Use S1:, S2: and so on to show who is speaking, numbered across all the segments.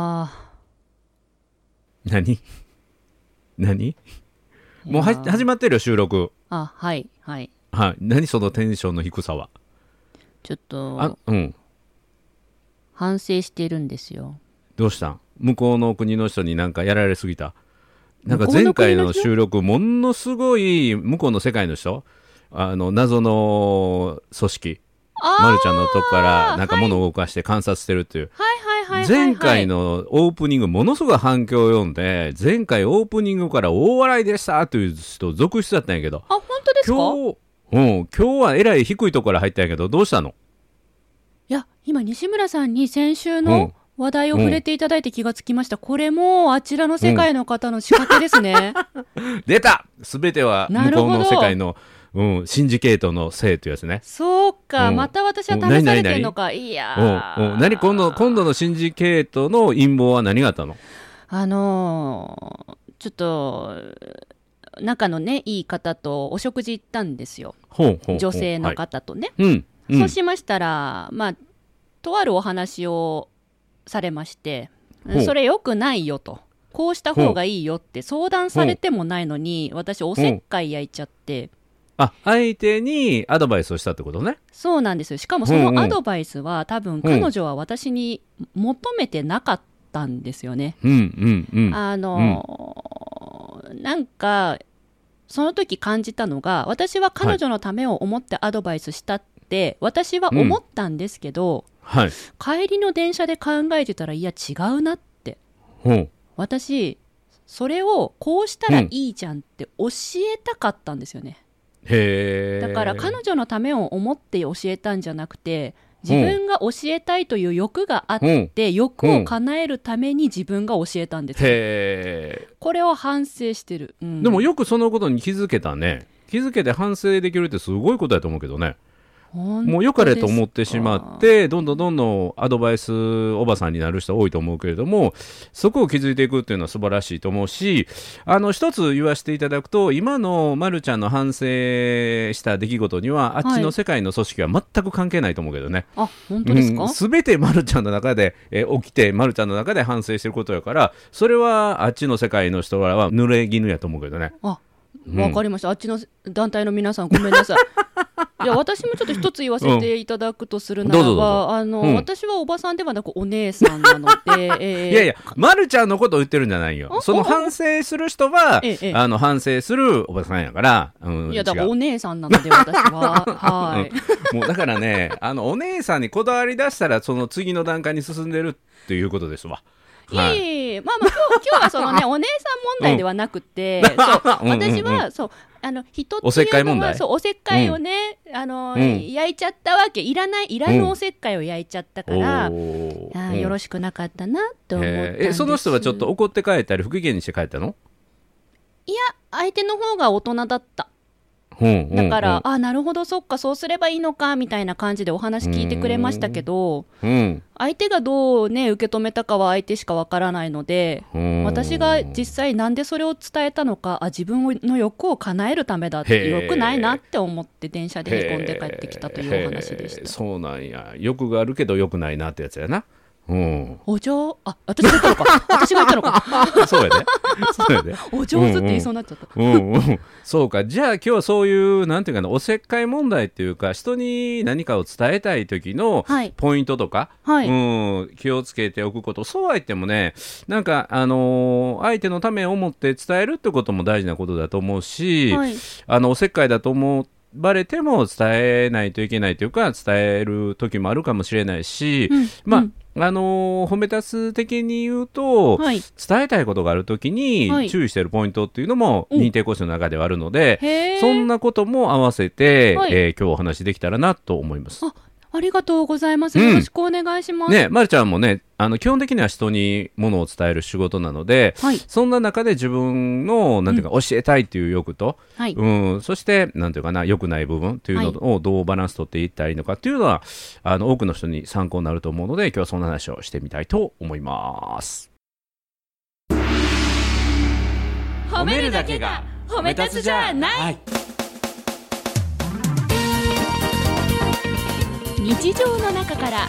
S1: あ
S2: 何何
S1: あ。
S2: もうはい
S1: やー
S2: 始まってるよ収録
S1: あ、はい、はい。
S2: はい何そのテンションの低さは
S1: ちょっ
S2: あ
S1: と、
S2: うん
S1: 反省してるんですよ。
S2: どうしたん向こうの国の人になんかやられすぎたなんか
S1: 向こう
S2: 前
S1: の国
S2: 回
S1: の人
S2: の収録ものすごい向こうの世界の人あの謎の組織まるちゃんのとこからなんか物を動かして観察してるっていう
S1: はいはいはいはい、はい。
S2: 前回。のオープニングものすごい反響を読んで前回オープニングから大笑いでしたという人続出だったんやけど
S1: あ、本当ですか
S2: 今日うん、今日はえらい低いところから入ったんやけどどうしたの
S1: いや、今、西村さんに先週
S2: うん
S1: の話題を触れていただいて気がつきました。これも、あちらの世界の方の仕掛けですね。
S2: 出た全ては向こうの世界の、うん、シンジケートのせいというやつね
S1: そうか、
S2: うん
S1: また私は試
S2: うん
S1: され
S2: 何
S1: て
S2: 々
S1: んのか。いや
S2: うん
S1: ー。
S2: うん、何今度今度のシンジケートの陰謀は何があったの
S1: あのーちょっと、仲のね、いい方とお食事行ったんですよ。
S2: ほうほうほう
S1: 女性の
S2: はい
S1: 方とね。
S2: うん、うん、
S1: そうしましたら、まあ、とあるお話をされまして、
S2: ほう
S1: それ良くないよと。こうした方がいいよって相談されてもないのに、私おせっかい焼いちゃって、
S2: あ相手にアドバイスをしたってことね
S1: そうなんですよ。しかもそのアドバイスは多分彼女は私に求めてなかったんですよね。
S2: うんうんうん
S1: あのーなんか、その時感じたのが、私は彼女のためを思ってアドバイスしたって、私は思ったんですけど、
S2: はい
S1: 帰りの電車で考えてたら、いや、違うなって。
S2: ほう
S1: 私、それをこうしたらいいじゃんって教えたかったんですよね。
S2: へえ
S1: だから彼女のためを思って教えたんじゃなくて、自分が教えたいという欲があっ
S2: うんへ
S1: て、欲を叶えるために自分が教えたんですよ。
S2: え
S1: これを反省してる。うん
S2: でもよくそのことに気づけたね気づけて反省できるってすごいことだと思うけどねも
S1: も
S2: う良かれと思ってしまってどんどんどんどんアドバイスおばさんになる人多いと思うけれどもそこを気づいていくっていうのは素晴らしいと思うしあの一つ言わせていただくと今のまるちゃんの反省した出来事にはあっちの世界の組織は全く関係ないと思うけどね。
S1: あ本当ですか、
S2: うん、全てまるちゃんの中で、えー起きてまるちゃんの中で反省してることやからそれはあっちの世界の人らは濡れ衣やと思うけどね。
S1: あ
S2: うん
S1: わかりました、あっちの団体の皆さんごめんなさ いいや私もちょっと一つ言わせていただくとするなら
S2: うんどうぞど
S1: ば、あの
S2: うん
S1: 私はおばさんではなくお姉さんなので、えー
S2: いやいや、ま、るちゃんのことを言ってるんじゃないよ。
S1: あ
S2: その反省する人は
S1: ええええ、
S2: あの反省するおばさんやから、うん、
S1: いやだから
S2: 違
S1: お
S2: う
S1: 姉さんなので私 ははい、
S2: もうだからね、あのお姉さんにこだわり出したら、その次の段階に進んでるっていうことですわ。
S1: いやいやいやまあまあ今日今日はそのねお姉さん問題ではなくて、そう
S2: うんうんうん
S1: 私はそうあの人っていうのは
S2: おせっかい問題
S1: そうおせっかいをね、あの
S2: うん
S1: 焼いちゃったわけいらないいらぬおせっかいを焼いちゃったから、あ
S2: お
S1: ーよろしくなかったなと思ったん
S2: え
S1: です
S2: ーえその人はちょっと怒って帰ったり、不機嫌にして帰ったの
S1: いや相手の方が大人だった
S2: うんうん
S1: だから、あなるほどそっかそうすればいいのかみたいな感じでお話聞いてくれましたけど
S2: うん
S1: 相手がどうね受け止めたかは相手しかわからないので
S2: うん
S1: 私が実際なんでそれを伝えたのかあ自分の欲を叶えるためだっ
S2: へ
S1: て
S2: え
S1: 良くないなって思って電車でへこんで帰ってきたというお話でし
S2: へー
S1: た
S2: そうなんや。欲があるけど良くないなってやつやな。うん。
S1: お嬢あ私が言 ったのか私が言ったのか
S2: そうやで。そうやで。
S1: お上手って言いそうになっちゃった、
S2: うんうん、そうかじゃあ今日はそういうなんていうかなおせっかい問題っていうか人に何かを伝えたい時の
S1: はい
S2: ポイントとか、
S1: はい、
S2: うん、気をつけておくことそうは言ってもねなんか、あのー相手のためを思って伝えるってことも大事なことだと思うし、
S1: はい
S2: あのおせっかいだと思われても伝えないといけないというか伝える時もあるかもしれないし、
S1: うん
S2: まあ、
S1: うん
S2: あのー褒め立つ的に言うと、
S1: はい
S2: 伝えたいことがあるとき
S1: は
S2: に
S1: い
S2: 注意しているポイントっていうのも
S1: うん
S2: 認定講師の中ではあるので、
S1: へえ
S2: そんなことも合わせて、
S1: はい
S2: えー今日お話できたらなと思います。
S1: ありがとうございます。
S2: うん
S1: よろしくお願いします。
S2: ね、ま、るちゃんもねあの基本的には人にものを伝える仕事なので
S1: はい。
S2: そんな中で自分のなんていうか、教えたいっていう欲と、
S1: はい。
S2: うん、そしてなんていうかな良くない部分というのをどうバランス取っていったらいいのかっていうのは、あの多くの人に参考になると思うので今日はそんな話をしてみたいと思います。
S1: 褒めるだけが褒め立つじゃない。
S2: はい
S1: 日常の中から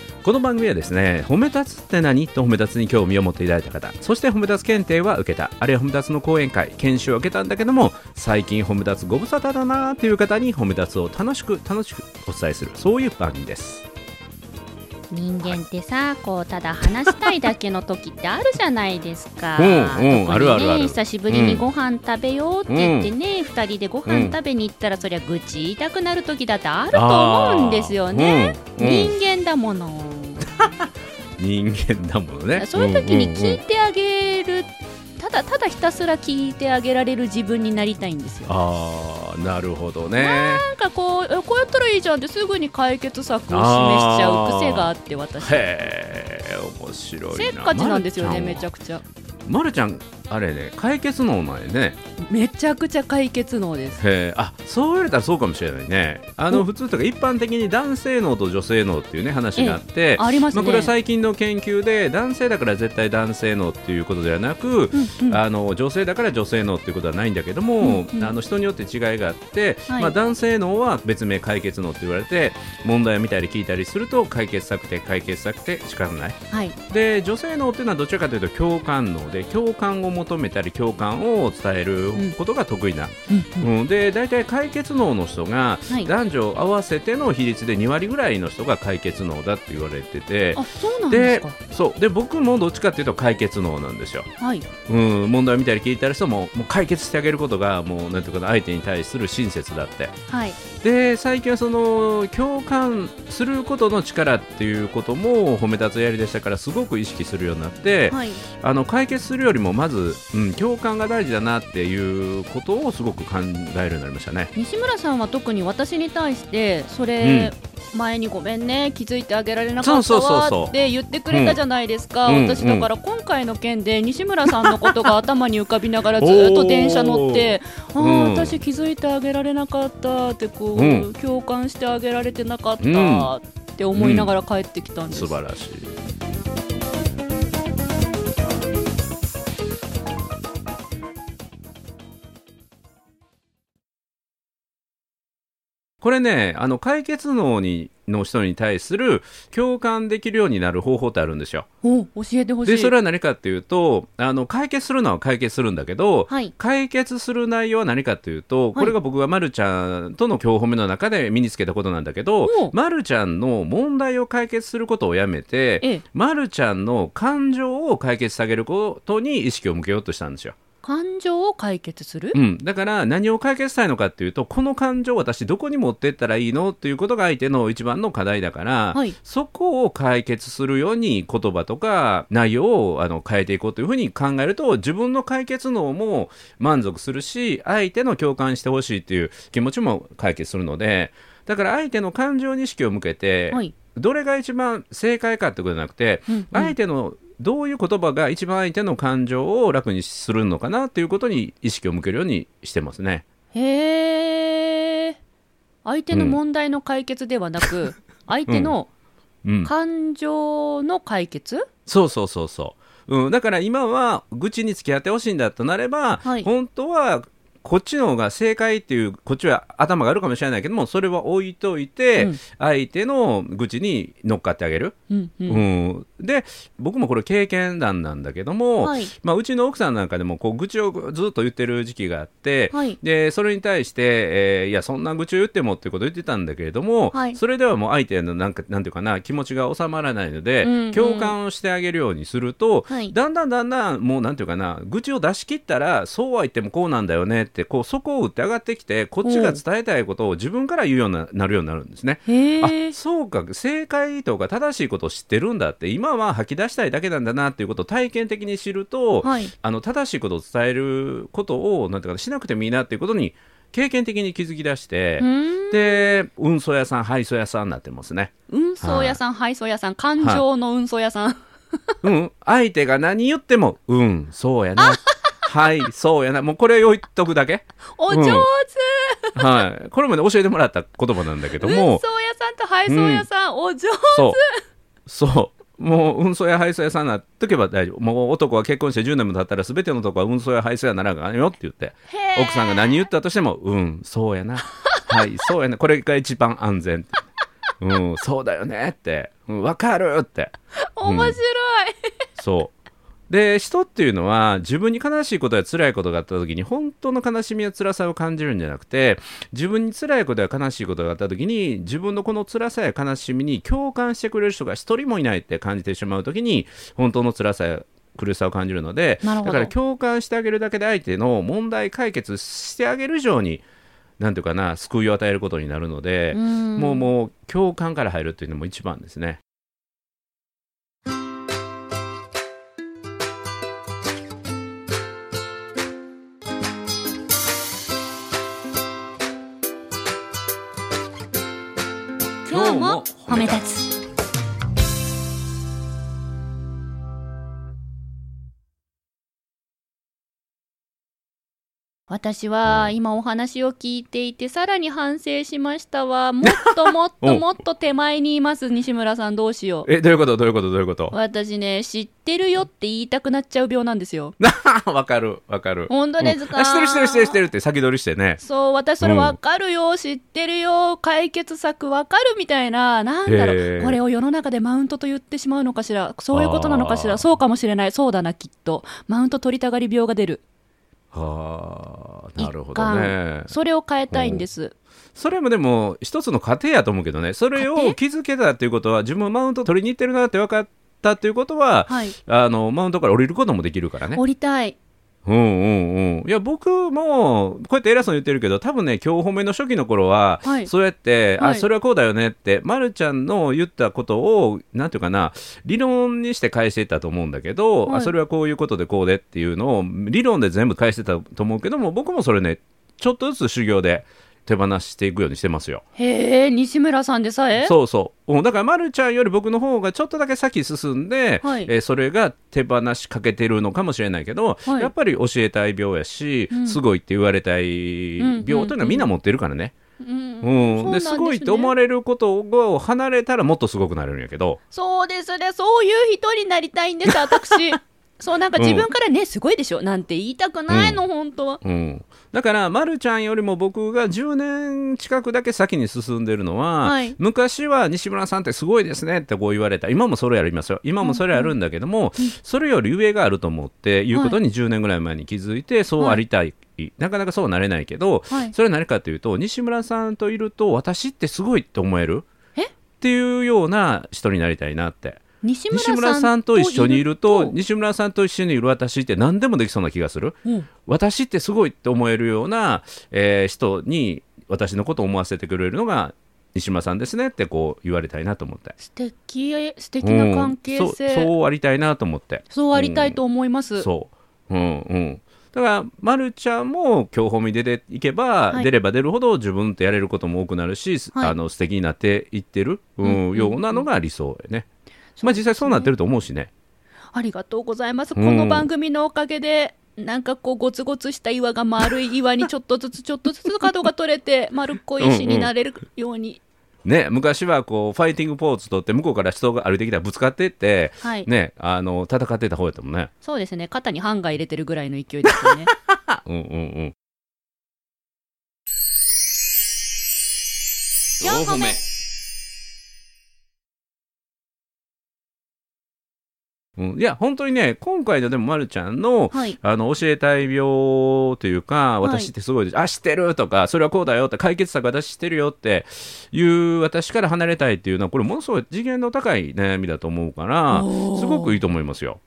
S2: この番組はですね褒め立つって何と褒め立つに興味を持っていただいた方そして褒め立つ検定は受けたあるいは褒め立つの講演会研修を受けたんだけども最近褒め立つご無沙汰だなーっていう方に褒め立つを楽しく楽しくお伝えするそういう番組です
S1: 人間ってさこうただ話したいだけの時ってあるじゃないですか
S2: うんうん
S1: 特にね
S2: あるあるある
S1: 久しぶりにご飯食べようって言ってね、二人でご飯食べに行ったら、そりゃ愚痴言いたくなる時だってあると思うんですよね、
S2: うんうん
S1: 人間だもの、
S2: 人間だものね
S1: そういう時に
S2: うんう
S1: 聞
S2: ん
S1: い
S2: うん
S1: てあげる、ただただひたすら聞いてあげられる自分になりたいんですよ
S2: あーなるほどね
S1: なんかこうえこうやったらいいじゃんってすぐに解決策を示しちゃう癖があって私せ
S2: へえ面白いな
S1: っかちなんですよねめち
S2: ゃ
S1: ゃくちゃ
S2: まるちゃんあれね解決能なんやね
S1: めちゃくちゃ解決能です
S2: へえあそう言われたらそうかもしれないねあの
S1: お
S2: 普通とか一般的に男性脳と女性脳っていうね話があって、
S1: あります
S2: ま
S1: ね、
S2: あ、これは最近の研究で男性だから絶対男性脳っていうことではなく、
S1: うんうん
S2: あの女性だから女性脳っていうことはないんだけども、
S1: うんうん
S2: あの人によって違いがあって、
S1: はい
S2: まあ、男性脳は別名解決脳って言われて問題を見たり聞いたりすると解決策で解決策で仕方ない
S1: はい
S2: で女性脳っていうのはどちらかというと共感脳で共感を求めたり共感を伝えることが得意な、
S1: うんうん
S2: うん、で大体解決脳の人が
S1: はい
S2: 男女合わせての比率で2割ぐらいの人が解決脳だって言われてて
S1: あそうなんです
S2: で
S1: か
S2: そうで僕もどっちかっていうと解決能なんですよ、
S1: はい
S2: うん、問題を見たり聞いたりしてももう解決してあげることがもうなんていうかな相手に対する親切だって
S1: はい
S2: で最近はその共感することの力っていうことも褒め立つやりでしたからすごく意識するようになって、
S1: はい
S2: あの解決するよりもまず、うん、共感が大事だなっていうことをすごく考えるようになりましたね。
S1: 西村さんは特に私に対してそれ、前にごめんね気づいてあげられなかった
S2: そうそうそうそう
S1: わって言ってくれたじゃないですか、
S2: うん
S1: 私
S2: うんう
S1: だ
S2: ん
S1: から今回の件で西村さんのこと が頭に浮かびながらずっと電車乗ってああ、
S2: うん
S1: 私気づいてあげられなかったってこう、
S2: うん
S1: 共感してあげられてなかっ
S2: うん
S1: たって思いながら帰ってきたんです、
S2: 素晴らしいこれねあの解決能にの人に対する共感できるようになる方法ってあるんですよ。
S1: お教えてほしい
S2: でそれは何かっていうとあの解決するのは解決するんだけど、
S1: はい
S2: 解決する内容は何かというとこれが僕がまるちゃんとの今日褒めの中で身につけたことなんだけど、
S1: おう
S2: まるちゃんの問題を解決することをやめて、
S1: ええ
S2: まるちゃんの感情を解決してあげることに意識を向けようとしたんですよ。
S1: 感情を解決する、
S2: うん、だから何を解決したいのかっていうとこの感情を私どこに持ってったらいいのっていうことが相手の一番の課題だから、
S1: はい
S2: そこを解決するように言葉とか内容をあの変えていこうというふうに考えると自分の解決能も満足するし相手の共感してほしいっていう気持ちも解決するのでだから相手の感情に意識を向けて、
S1: はい
S2: どれが一番正解かってことじゃなくて、
S1: うんうん
S2: 相手のどういう言葉が一番相手の感情を楽にするのかなっていうことに意識を向けるようにしてますね。
S1: へえ相手の
S2: うん
S1: 問題の解決ではなく、 相手の
S2: うん、
S1: 感情の解決、
S2: そうそうそうそう、うん、だから今は愚痴に付き合ってほしいんだとなれば、
S1: はい
S2: 本当はこっちの方が正解っていうこっちは頭があるかもしれないけどもそれは置いといて、
S1: うん
S2: 相手の愚痴に乗っかってあげる、
S1: うんうん
S2: うん、で僕もこれ経験談なんだけども、
S1: はい
S2: まあ、うちの奥さんなんかでもこう愚痴をずっと言ってる時期があって、
S1: はい
S2: でそれに対して、えーいやそんな愚痴を言ってもっていうことを言ってたんだけれども、
S1: はい
S2: それではもう相手のなんかなんていうかな気持ちが収まらないので、
S1: うんうん
S2: 共感をしてあげるようにすると、
S1: はい
S2: だんだんだんだんもうなんていうかな愚痴を出し切ったらそうは言ってもこうなんだよねってこうそこを打って上がってきてこっちが伝えたいことを自分から言うようななるようになるんですね。
S1: へえ
S2: あそうか正解とか正しいことを知ってるんだって今は吐き出したいだけなんだなっていうことを体験的に知ると、
S1: はい
S2: あの正しいことを伝えることをなんていうかなしなくてもいいなっていうことに経験的に気づき出して、
S1: うん
S2: で運送屋さん配送屋さんになってます ね。
S1: 運送屋さん、配送屋さん感情の運送屋さん、
S2: うん、相手が何言っても、うん、そうやな。はいそうやなもうこれ置いとくだけ
S1: お上手、
S2: うんはいこれもね教えてもらった言葉なんだけど
S1: 運
S2: も
S1: 送屋さんと配送屋さん、お上
S2: そうそうもう運送や配送屋さんなっとけば大丈夫もう男は結婚して10年も経ったら全ての男は運送や配送やならんからよって言って
S1: へー
S2: 奥さんが何言ったとしてもうんそうやなはいそうやなこれが一番安全ってうんそうだよねって、うん、分かるって
S1: 面白い、
S2: そうで人っていうのは自分に悲しいことや辛いことがあった時に本当の悲しみや辛さを感じるんじゃなくて自分に辛いことや悲しいことがあった時に自分のこの辛さや悲しみに共感してくれる人が一人もいないって感じてしまう時に本当の辛さや苦しさを感じるので
S1: なるほど
S2: だから共感してあげるだけで相手の問題解決してあげる以上になんていうかな救いを与えることになるので、
S1: ん
S2: もうもう共感から入るっていうのも一番ですね。
S1: 今日も褒め立つ私は今お話を聞いていてさらに反省しましたわもっともっ
S2: お
S1: と
S2: う
S1: もっと手前にいます西村さんどうしよう
S2: えどういうことどういうことどういうこと
S1: 私ね知ってるよって言いたくなっちゃう病なんですよ
S2: なあわかるわかる
S1: 本当ですか
S2: うんあしてるしてるしてるしてるって先取りしてね
S1: そう私それ分かるよ、知ってるよ解決策分かるみたいななんだろう、
S2: へー
S1: これを世の中でマウントと言ってしまうのかしらそういうことなのかし
S2: あ
S1: ら
S2: ー
S1: そうかもしれないそうだなきっとマウント取りたがり病が出る
S2: はあ
S1: 一
S2: なるほどね
S1: 貫それを変えたいんです
S2: それもでも一つの過程やと思うけどねそれ
S1: 過程
S2: を気づけたっていうことは自分はマウント取りに行ってるなって分かったっていうことは、
S1: はい
S2: あのマウントから降りることもできるからね
S1: 降りたい
S2: うんうんうんいや僕もこうやって偉そうに言ってるけど多分ね今日褒めの初期の頃は、
S1: はい
S2: そうやって、
S1: は
S2: あ
S1: い
S2: それはこうだよねって、ま、るちゃんの言ったことをなんていうかな理論にして返していったと思うんだけど、
S1: はい
S2: あそれはこういうことでこうでっていうのを理論で全部返してたと思うけども僕もそれねちょっとずつ修行で手放していくようにしてますよ。
S1: へえ西村さんでさえ
S2: そうそう、うん、だから、ま、るちゃんより僕の方がちょっとだけ先進んで、
S1: はい
S2: えーそれが手放しかけてるのかもしれないけど、
S1: はい
S2: やっぱり教えたい病やし、
S1: うん
S2: すごいって言われたい病というのはみんな持ってるからね、
S1: うん
S2: うん
S1: そうなん
S2: で
S1: ですすね
S2: ごいって思われることを離れたらもっとすごくなれるんやけど
S1: そうですねそういう人になりたいんです 私そうなんか自分からねすごいでしょなんて言いたくないの、本当は
S2: うん、だから、ま、るちゃんよりも僕が10年近くだけ先に進んでるのは、
S1: はい
S2: 昔は西村さんってすごいですねってこう言われた今もそれやりますよ今もそれやるんだけども、それより上があると思っていうことに10年ぐらい前に気づいて、そうありたい。なかなかそうはなれないけど、
S1: はい
S2: それは何かというと西村さんといると私ってすごいって思える
S1: え
S2: っていうような人になりたいなって
S1: 西村
S2: 西
S1: さん
S2: 村さんと一緒にいると
S1: と
S2: 西村さんと一緒にいる私って何でもできそうな気がする
S1: うん
S2: 私ってすごいって思えるような、えー人に私のことを思わせてくれるのが西村さんですねってこう言われたいなと思って
S1: 素敵素敵な関係性、
S2: うんそう
S1: そう
S2: そうありたいなと思って
S1: ありたいと思います、
S2: そううんうんだから、ま、るちゃんも今日褒め出ていけば、
S1: はい
S2: 出れば出るほど自分ってやれることも多くなるし、
S1: はい
S2: あの素敵になっていってる、うん
S1: うんうん
S2: ようなのが理想やね、まあ、実際そうなってると思うしね
S1: ありがとうございます、
S2: うん
S1: この番組のおかげでなんかこうゴツゴツした岩が丸い岩にちょっとずつちょっとずつ角が取れ て丸っこい石になれるように
S2: ね昔はこうファイティングポーズ取って向こうから人が歩いてきたらぶつかってって、
S1: はい
S2: ね、あの戦ってた方やったもんね。
S1: そうですね肩にハンガー入れてるぐらいの勢いですよ ね
S2: うんうんうん。
S1: 四歩目
S2: うん、いや本当にね今回のでもまるちゃんの、
S1: はい
S2: あの教えたい病というか
S1: はい
S2: 私ってすごいです、あ知ってるとかそれはこうだよって解決策私知ってるよっていう私から離れたいっていうのはこれものすごい次元の高い悩みだと思うから
S1: おー
S2: すごくいいと思いますよ。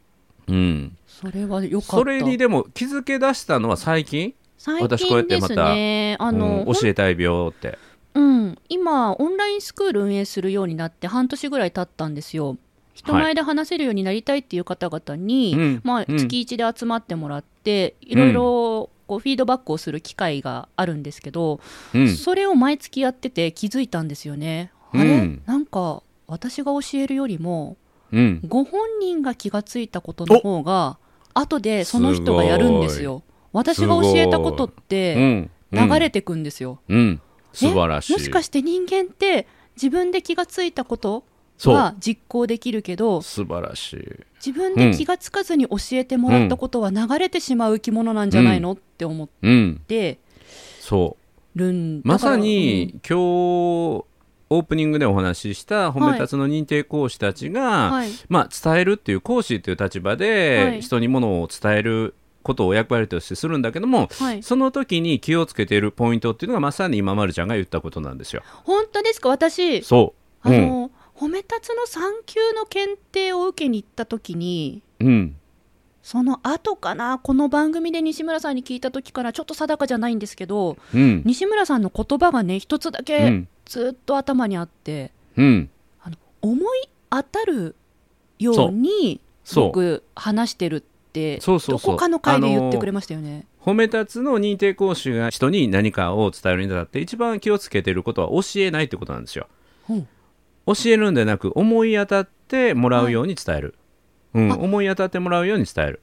S2: うん、
S1: それはよかった
S2: それにでも気づけ出したのは最近、
S1: 最
S2: 私こう
S1: 近
S2: やって
S1: で
S2: ますた
S1: ねあの、
S2: うん教えたい病って。
S1: うん、今オンラインスクール運営するようになって半年ぐらい経ったんですよ人前で話せるようになりたいっていう方々に、
S2: うん
S1: まあ、
S2: うん
S1: 月一で集まってもらって、いろいろこうフィードバックをする機会があるんですけど、
S2: うん
S1: それを毎月やってて気づいたんですよね、あ
S2: う
S1: れ
S2: ん
S1: なんか私が教えるよりも
S2: うん、
S1: ご本人が気がついたことの方が後でその人がやるんですよ私が教えたことっ
S2: う
S1: て
S2: ん、うん
S1: 流れてくんですよ、
S2: う
S1: え
S2: ん、素晴らしい
S1: もしかして人間って自分で気がついたこと
S2: そう
S1: は実行できるけど
S2: 素晴らしい
S1: 自分で気がつかずに教えてもらったことは流れてしまう生き物なんじゃないの、って思っ
S2: うん
S1: て
S2: そう
S1: るん
S2: ま
S1: だから
S2: さに、今日オープニングでお話しした褒め立つの認定講師たちが、
S1: うんはい
S2: まあ、伝えるっていう講師っていう立場
S1: はい
S2: で人にものを伝えることを役割としてするんだけども、
S1: はい、
S2: その時に気をつけているポイントっていうのがまさに今丸ちゃんが言ったことなんですよ。
S1: 本当ですか私
S2: そう、
S1: あ
S2: うん
S1: の、褒め立つの3級の検定を受けに行った時に
S2: うん、
S1: その後かなこの番組で西村さんに聞いた時からちょっと定かじゃないんですけど
S2: うん、
S1: 西村さんの言葉がね一つだ
S2: う
S1: け
S2: ん、
S1: ずっと頭にあって、
S2: うん、
S1: 思い当たるように
S2: そう
S1: 僕話してるって
S2: そうそうそ
S1: ど
S2: う
S1: こかの回で言ってくれましたよね。
S2: 褒め立つの認定講師が人に何かを伝えるにあたって一番気をつけていることは教えないってことなんですよ。
S1: うん
S2: 教えるんでなく思い当たってもらうように伝える、うん、
S1: あ
S2: 思い当たってもらうように伝える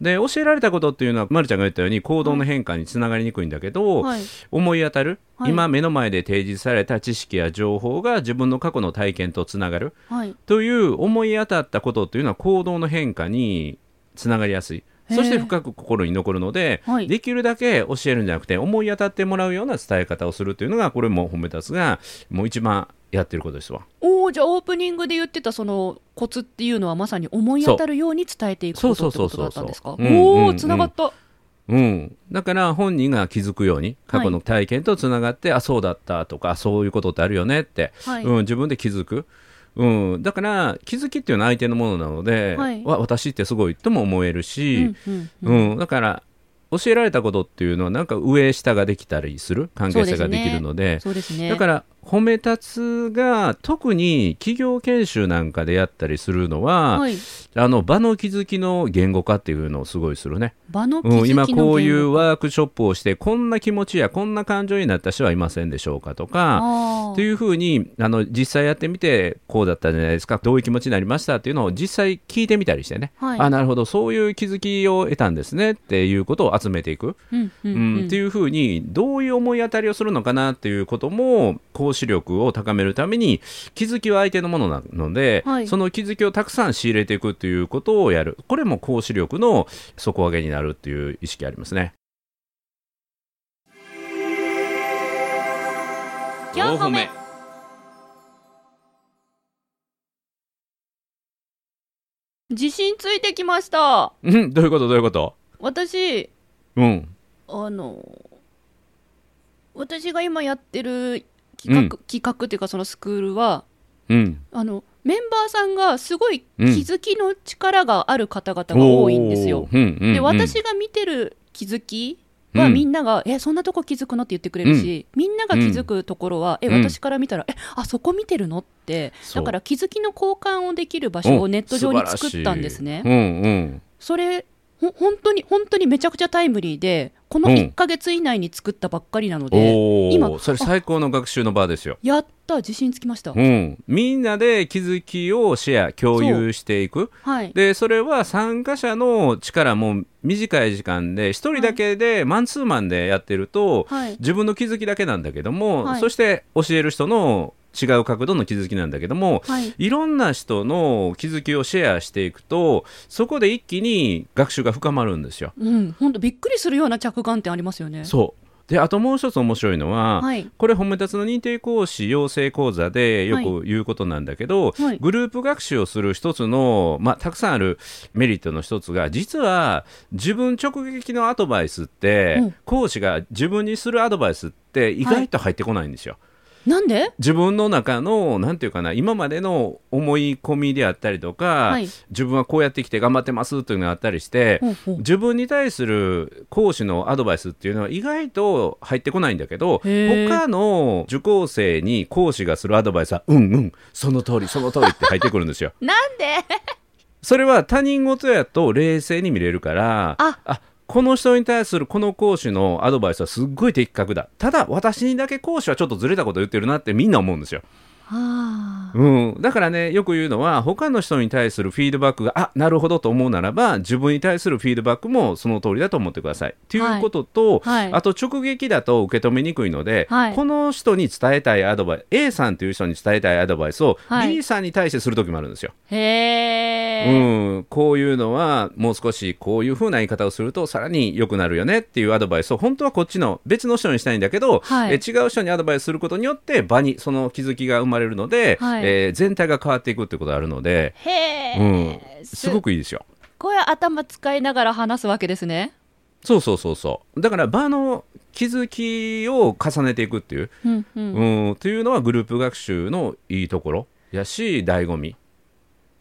S2: で教えられたことっていうのはまるちゃんが言ったように行動の変化につながりにくいんだけど、
S1: はい
S2: 思い当たる、
S1: はい
S2: 今目の前で提示された知識や情報が自分の過去の体験とつながる
S1: はい、
S2: という思い当たったことっていうのは行動の変化につながりやすい
S1: へー
S2: そして深く心に残るので、
S1: はい
S2: できるだけ教えるんじゃなくて思い当たってもらうような伝え方をするというのがこれも褒め立つがもう一番やってることですわ。
S1: おおじゃあオープニングで言ってたそのコツっていうのはまさに思い当たるように伝えていくこ
S2: そう
S1: とってことだったんですか
S2: そうそうそうそううん
S1: お
S2: う
S1: お
S2: ん
S1: つながった、
S2: うん、だから本人が気づくように過去の体験とつながって、あそうだったとかあそういうことってあるよねって、
S1: はい
S2: うん、自分で気づく、うん、だから気づきっていうのは相手のものなので、
S1: はい
S2: わ私ってすごいとも思えるし、
S1: うんうん
S2: うんだから教えられたことっていうのはなんか上下ができたりする関係性ができるので
S1: そうですね
S2: だから褒め立つが特に企業研修なんかでやったりするのは、
S1: はい、
S2: あの場の気づきの言語化っていうのをすごいするね。
S1: 場の気づきの
S2: うん、今
S1: 言語
S2: こういうワークショップをしてこんな気持ちやこんな感情になった人はいませんでしょうかとか
S1: あー
S2: というふうにあの実際やってみてこうだったじゃないですかどういう気持ちになりましたっていうのを実際聞いてみたりしてね、
S1: はい
S2: あなるほどそういう気づきを得たんですねっていうことを集めていく、
S1: うんう
S2: うんん
S1: うん
S2: っていうふうにどういう思い当たりをするのかなっていうことも行使力を高めるために気づきは相手のものなので、
S1: はい
S2: その気づきをたくさん仕入れていくということをやるこれも行使力の底上げになるっていう意識ありますね。
S1: 4歩目自信ついてきました
S2: うん、どういうことどういうこと
S1: 私
S2: うん
S1: あの私が今やってる企画、企画っていうかそのスクールは
S2: うん
S1: あのメンバーさんがすごい気
S2: うん
S1: づきの力がある方々が多いんですよ。。
S2: おーうんうんうん、
S1: で私が見てる気づきは
S2: うん
S1: みんなが「えそんなとこ気づくの?」って言ってくれるし、みんなが気づくところは「
S2: う
S1: え
S2: ん
S1: 私から見たらえあそこ見てるの?」って
S2: そう
S1: だから気づきの交換をできる場所
S2: お
S1: をネット上に作ったんですね
S2: 素。晴らしいうんうん
S1: それほ本当に本当にめちゃくちゃタイムリーでこの
S2: うん
S1: 1ヶ月以内に作ったばっかりなので、
S2: おー
S1: 今
S2: それ最高の学習の場ですよ。
S1: やった自信つきました、
S2: うん、みんなで気づきをシェア共有していく
S1: はい
S2: でそれは参加者の力も短い時間で1人だけでマンツーマンでやってると、
S1: はい
S2: 自分の気づきだけなんだけども、
S1: はい
S2: そして教える人の違う角度の気づきなんだけども、
S1: はい
S2: いろんな人の気づきをシェアしていくとそこで一気に学習が深まるんですよ。
S1: うん、本当びっくりするような着眼点ありますよね。
S2: そうであともう一つ面白いのは、
S1: はい
S2: これ褒め立つの認定講師養成講座でよく言うことなんだけど、
S1: はい
S2: グループ学習をする一つの、まあ、たくさんあるメリットの一つが実は自分直撃のアドバイスって、
S1: うん
S2: 講師が自分にするアドバイスって意外と入ってこないんですよ。
S1: なんで？
S2: 自分の中のなんていうかな今までの思い込みであったりとか、
S1: はい
S2: 自分はこうやってきて頑張ってますというのがあったりして、
S1: ほうほう
S2: 自分に対する講師のアドバイスっていうのは意外と入ってこないんだけど
S1: へー
S2: 他の受講生に講師がするアドバイスはうんうんその通りその通りって入ってくるんで すよ
S1: なんで？
S2: それは他人事やと冷静に見れるから
S1: あ
S2: この人に対するこの講師のアドバイスはすっごい的確だただ私にだけ講師はちょっとずれたこと言ってるなってみんな思うんですよ
S1: あー
S2: うん、だからねよく言うのは他の人に対するフィードバックがあなるほどと思うならば自分に対するフィードバックもその通りだと思ってください。ということと、
S1: はい
S2: あと直撃だと受け止めにくいので、
S1: はい
S2: この人に伝えたいアドバイス A さんという人に伝えたいアドバイスを
S1: はい
S2: B さんに対してする時もあるんですよ。
S1: へえ、
S2: うん、こういうのはもう少しこういう風な言い方をするとさらに良くなるよねっていうアドバイスを本当はこっちの別の人にしたいんだけど、
S1: はい
S2: え違う人にアドバイスすることによって場にその気づきが生まれるので、
S1: はい
S2: えー全体が変わっていくってことがあるので、
S1: へえ、
S2: うん、
S1: す
S2: す
S1: ご
S2: ご
S1: く
S2: くいいですよ。
S1: これ頭使いながら話すわけですね。
S2: そうそうそうそうだから場の気づきを重ねていくっていう、
S1: うんうん
S2: うん、というのはグループ学習のいいところやし醍醐味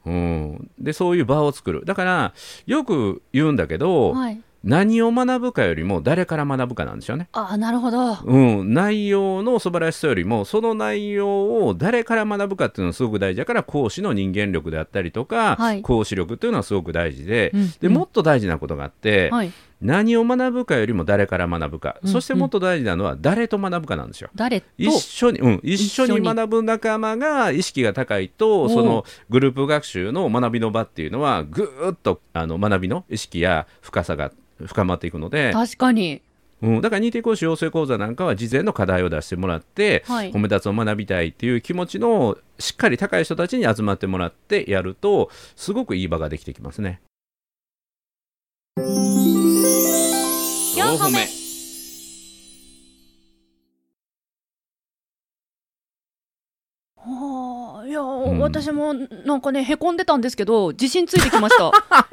S2: うん、でそういう場を作るだからよく言うんだけど、
S1: はい、
S2: 何を学ぶかよりも誰から学ぶかなんですよね。
S1: ああなるほど。
S2: うん、内容の素晴らしさよりもその内容を誰から学ぶかっていうのはすごく大事だから講師の人間力であったりとか、
S1: はい
S2: 講師力っていうのはすごく大事で,、
S1: うん
S2: で
S1: うん
S2: もっと大事なことがあって、
S1: はい、
S2: 何を学ぶかよりも誰から学ぶか、
S1: うん
S2: そしてもっと大事なのは誰と学ぶかなんですよ。
S1: 誰と
S2: 一緒に、うん、一緒
S1: 一緒
S2: に
S1: に
S2: 学ぶ仲間が意識が高いと
S1: おー
S2: そのグループ学習の学びの場っていうのはぐーっとあの学びの意識や深さが深まっていくので、
S1: 確かに。
S2: うん、だから認定講師養成講座なんかは事前の課題を出してもらって、
S1: はい
S2: 褒め立つを学びたいっていう気持ちのしっかり高い人たちに集まってもらってやるとすごくいい場ができてきますね。
S1: 四歩目ああいや、
S2: ん
S1: 私もなんかねへこんでたんですけど自信ついてきました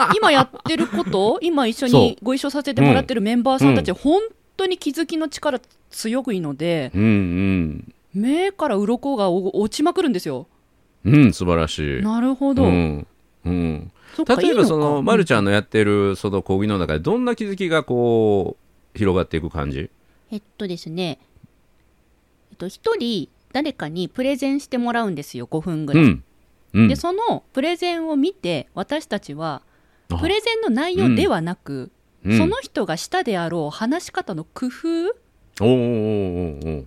S1: 今やってること今一緒
S2: そう
S1: にご一緒させてもらってるメンバーさんたち、
S2: う
S1: 本当に気づきの力強いので
S2: うん
S1: 目から鱗がお落ちまくるんですよ
S2: うん、うん、素晴らしい。
S1: なるほど、
S2: うんうん、
S1: そっか
S2: 例えばそ
S1: いい
S2: の
S1: か
S2: まるちゃんのやってるその講義の中でどんな気づきがこう広がっていく感じ
S1: えっとですね、えっと、一人誰かにプレゼンしてもらうんですよ、5分ぐ
S2: う
S1: らい。
S2: ん、うん
S1: で、そのプレゼンを見て、私たちは、
S2: あ
S1: プレゼンの内容ではなく、
S2: うん
S1: その人がしたであろう話し方の工夫、
S2: おーおーおーおー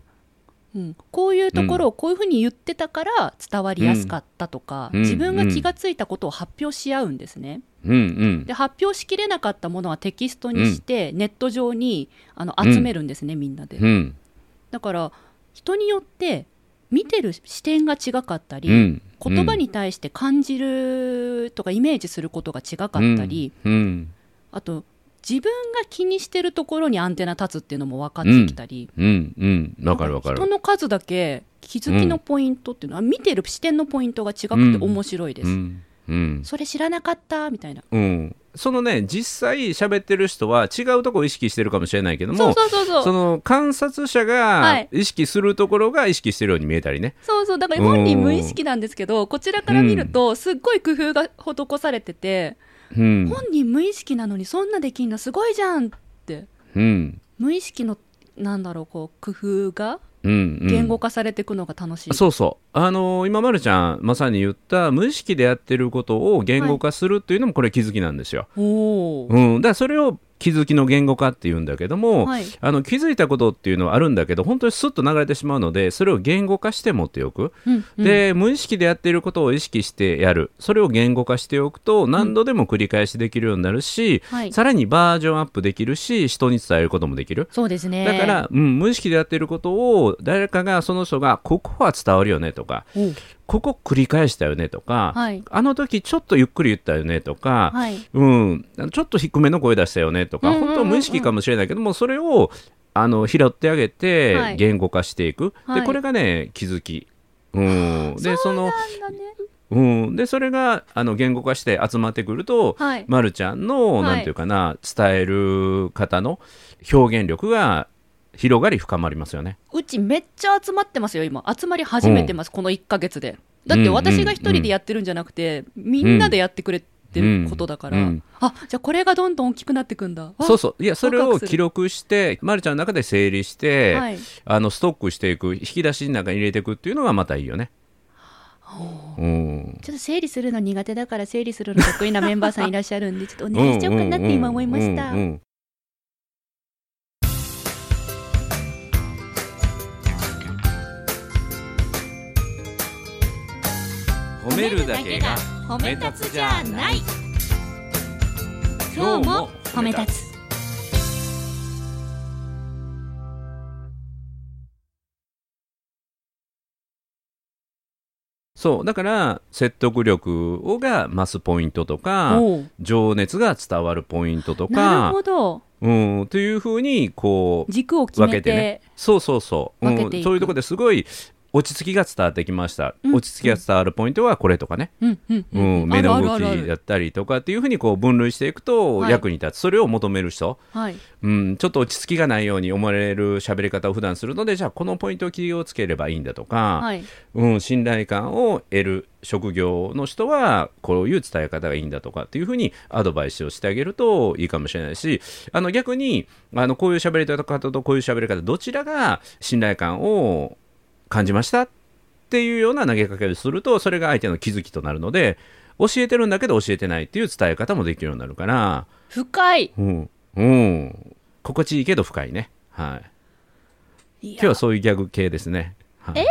S1: うん、こういうところをこういうふうに言ってたから伝わりやすかったとか、
S2: うん
S1: 自分が気がついたことを発表し合うんですね。
S2: うん
S1: で、発表しきれなかったものはテキストにして、ネット上にあの集めるんですね、みんなで
S2: うん。うん
S1: だから人によって見てる視点が違かったり、
S2: うん
S1: 言葉に対して感じるとかイメージすることが違かったり、
S2: うんうん
S1: あと自分が気にしてるところにアンテナ立つっていうのも分かってきたり、
S2: うんうんわかるわか
S1: 人
S2: る
S1: の数だけ気づきのポイントっていうのは、見てる視点のポイントが違くて面白いです、
S2: うんうん
S1: それ知らなかったみたいな
S2: うんそのね実際喋ってる人は違うとこを意識してるかもしれないけど
S1: そう
S2: も
S1: そうそうそう
S2: その観察者
S1: は
S2: が
S1: い
S2: 意識するところが意識してるように見えたりね
S1: そうそうだから本人無意識なんですけどこちらから見るとすっごい工夫が施されてて、
S2: うん
S1: 本人無意識なのにそんなできんのすごいじゃんって
S2: うん
S1: 無意識のなんだろうこう工夫が
S2: うんうん
S1: 言語化されていくのが楽しい、
S2: そうそう、あのー今、まるちゃん、まさに言った、無意識でやってることを言語化するっていうのも、これ、気づきなんですよ。
S1: おー
S2: うん、だからそれを気づきの言語化っていうんだけども、
S1: はい
S2: あの気づいたことっていうのはあるんだけど、本当にすっと流れてしまうので、それを言語化して持っておく、
S1: うんうん
S2: で無意識でやっていることを意識してやる、それを言語化しておくと、何度でも繰り返しできるようになるし、
S1: はい、
S2: さらにバージョンアップできるし、人に伝えることもできる。
S1: そうですね
S2: だから、うん、無意識でやってることを誰かがその人がここは伝わるよねとか
S1: おう
S2: ここ繰り返したよねとか、
S1: はい
S2: あの時ちょっとゆっくり言ったよねとか、
S1: はい
S2: うん、ちょっと低めの声出したよねとか、
S1: うんうんうんうん
S2: 本当無意識かもしれないけどもそれをあの拾ってあげ
S1: は
S2: て
S1: い
S2: 言語化していく、
S1: はい
S2: でこれがね気づき。うん、でその
S1: なんだね
S2: うん、でそれがあの言語化して集まってくると、
S1: はい
S2: まるちゃんの、
S1: はい
S2: なんていうかな伝える方の表現力が広がり深まりますよね。
S1: うちめっちゃ集まってますよ今集まり始めてます、この1か月でだって私が一人でやってるんじゃなくて、みんなでやってくれてることだから、
S2: うんうん
S1: あじゃあこれがどんどん大きくなってくんだわ
S2: そうそういやそれ
S1: ワクワ
S2: を
S1: クする
S2: 記録して、ま、るちゃんの中で整理して、
S1: はい
S2: あのストックしていく引き出しの中に入れていくっていうのがまたいいよね。うん
S1: ちょっと整理するの苦手だから整理するの得意なメンバーさんいらっしゃるんでちょっとお
S2: お
S1: 願いしちゃおうかなって今思いました、
S2: 褒めるだけが
S1: 褒
S2: め立つじゃない
S1: 今日も褒め立つ
S2: そうだから説得力をが増すポイントとか
S1: おう
S2: 情熱が伝わるポイントと
S1: なる
S2: か
S1: ほど
S2: うんというふうにこう
S1: 軸を決
S2: 分
S1: めて
S2: けてねそうそうそう、
S1: 分けて
S2: う
S1: い
S2: ん、
S1: く
S2: そういうところですごい落ち着きが伝わってきました、
S1: うん
S2: 落ち着きが伝わるポイントはこれとかね、
S1: うんうん
S2: う
S1: うん
S2: ん
S1: うん
S2: 目の動
S1: あるあるある
S2: きだったりとかっていうふうにこう分類していくと
S1: はい
S2: 役に立つ、それを求める人、
S1: はい
S2: うん、ちょっと落ち着きがないように思われる喋り方を普段するのでじゃあこのポイントを気をつければいいんだとか、
S1: はい
S2: うん、信頼感を得る職業の人はこういう伝え方がいいんだとかっていうふうにアドバイスをしてあげるといいかもしれないしあの逆にあのこういう喋り方とこういう喋り方どちらが信頼感を感じましたっていうような投げかけをするとそれが相手の気づきとなるので教えてるんだけど教えてないっていう伝え方もできるようになるから、
S1: 深い
S2: うんうん、心地いいけど深いね、はい、
S1: い
S2: 今
S1: や
S2: 日はそういうギャグ系ですね。はい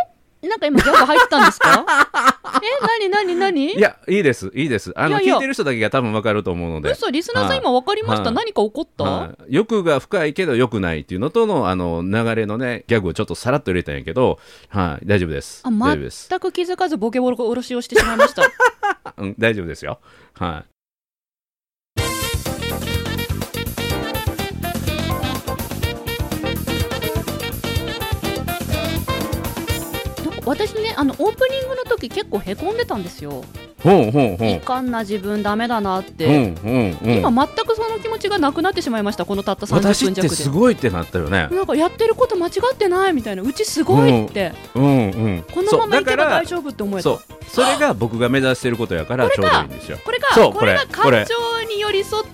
S1: なんか今ギャグ入ってたんです かえなになになに
S2: いや、いいです、いいです。あの、
S1: いやいや
S2: 聞いてる人だけが多分わかると思うので。
S1: 嘘リスナーさん今分かりました、
S2: はい
S1: 何か起こった、
S2: はい欲が深いけど良くないっていうのとの、あの、流れのね、ギャグをちょっとさらっと入れたんやけど、はい、大丈夫です。
S1: あ
S2: 大丈夫です。
S1: 全く気づかずボケボロおろしをしてしまいました
S2: あうん、大丈夫ですよ。はい。
S1: 私ねあのオープニングの時結構へこんでたんですよ、
S2: ほうほうほ
S1: いかんな自分ダメだなっ
S2: う。う
S1: て、
S2: んうんうん。
S1: 今全くその気持ちがなくなってしまいましたこのたった30
S2: 私っ
S1: 分弱で
S2: てすごいってなったよね。
S1: なんかやってること間違ってないみたいなうちすごいって、
S2: うんうん。
S1: このままいけば大
S2: 丈
S1: 丈夫って思え
S2: 夫
S1: た
S2: そう。それが僕が目指してることやから
S1: こ
S2: ちょ
S1: れ
S2: う
S1: か
S2: どいいんですよ。
S1: これか
S2: そう
S1: これが
S2: これこれ
S1: 感情に寄り添う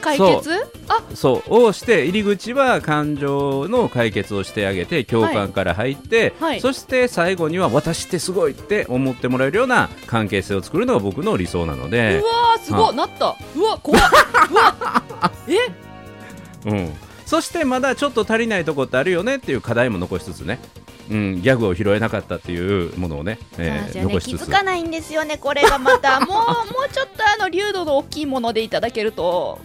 S1: 解決あ
S2: そうをして入り口は感情の解決をしてあげて共感から入って、
S1: はい
S2: そして最後には私ってすごいって思ってもらえるような関係性を作るのが僕の理想なので
S1: うわ、ーすごいなったうわ怖っうわ え
S2: うん、そしてまだちょっと足りないとこってあるよねっていう課題も残しつつね、うん、ギャグを拾えなかったっていうものをね、えー
S1: じゃあ
S2: 残
S1: ね
S2: し
S1: 気
S2: つつ
S1: づかないんですよねこれがま たもうもうちょっとあの流度の大きいものでいただける と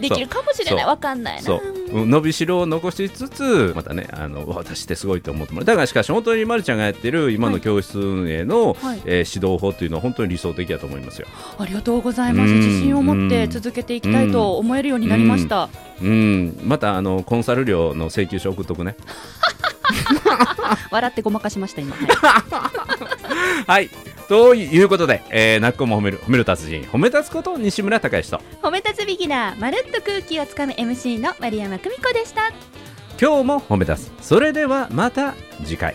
S1: できるかもしれない
S2: そう
S1: わかんないな
S2: そう、うん伸びしろを残しつつまたねあの私ってすごいと思ってもらうだからしかし本当にまるちゃんがやってる今の教室運営の、
S1: はい
S2: えー指導法というのは本当に理想的だと思いますよ。
S1: ありがとうございます
S2: うん
S1: 自信を持って続けていきたいと思えるようになりました
S2: うん、またあのコンサル料の請求書送っとくね。
S1: 笑ってごまかしました今、はい
S2: はい、ということで、えー、なっこも褒める褒める達人褒め立つこと西村孝之と
S1: 褒め立つビギナーまるっと空気をつかむ MC の丸山久美子でした
S2: 今日も褒め立つそれではまた次回。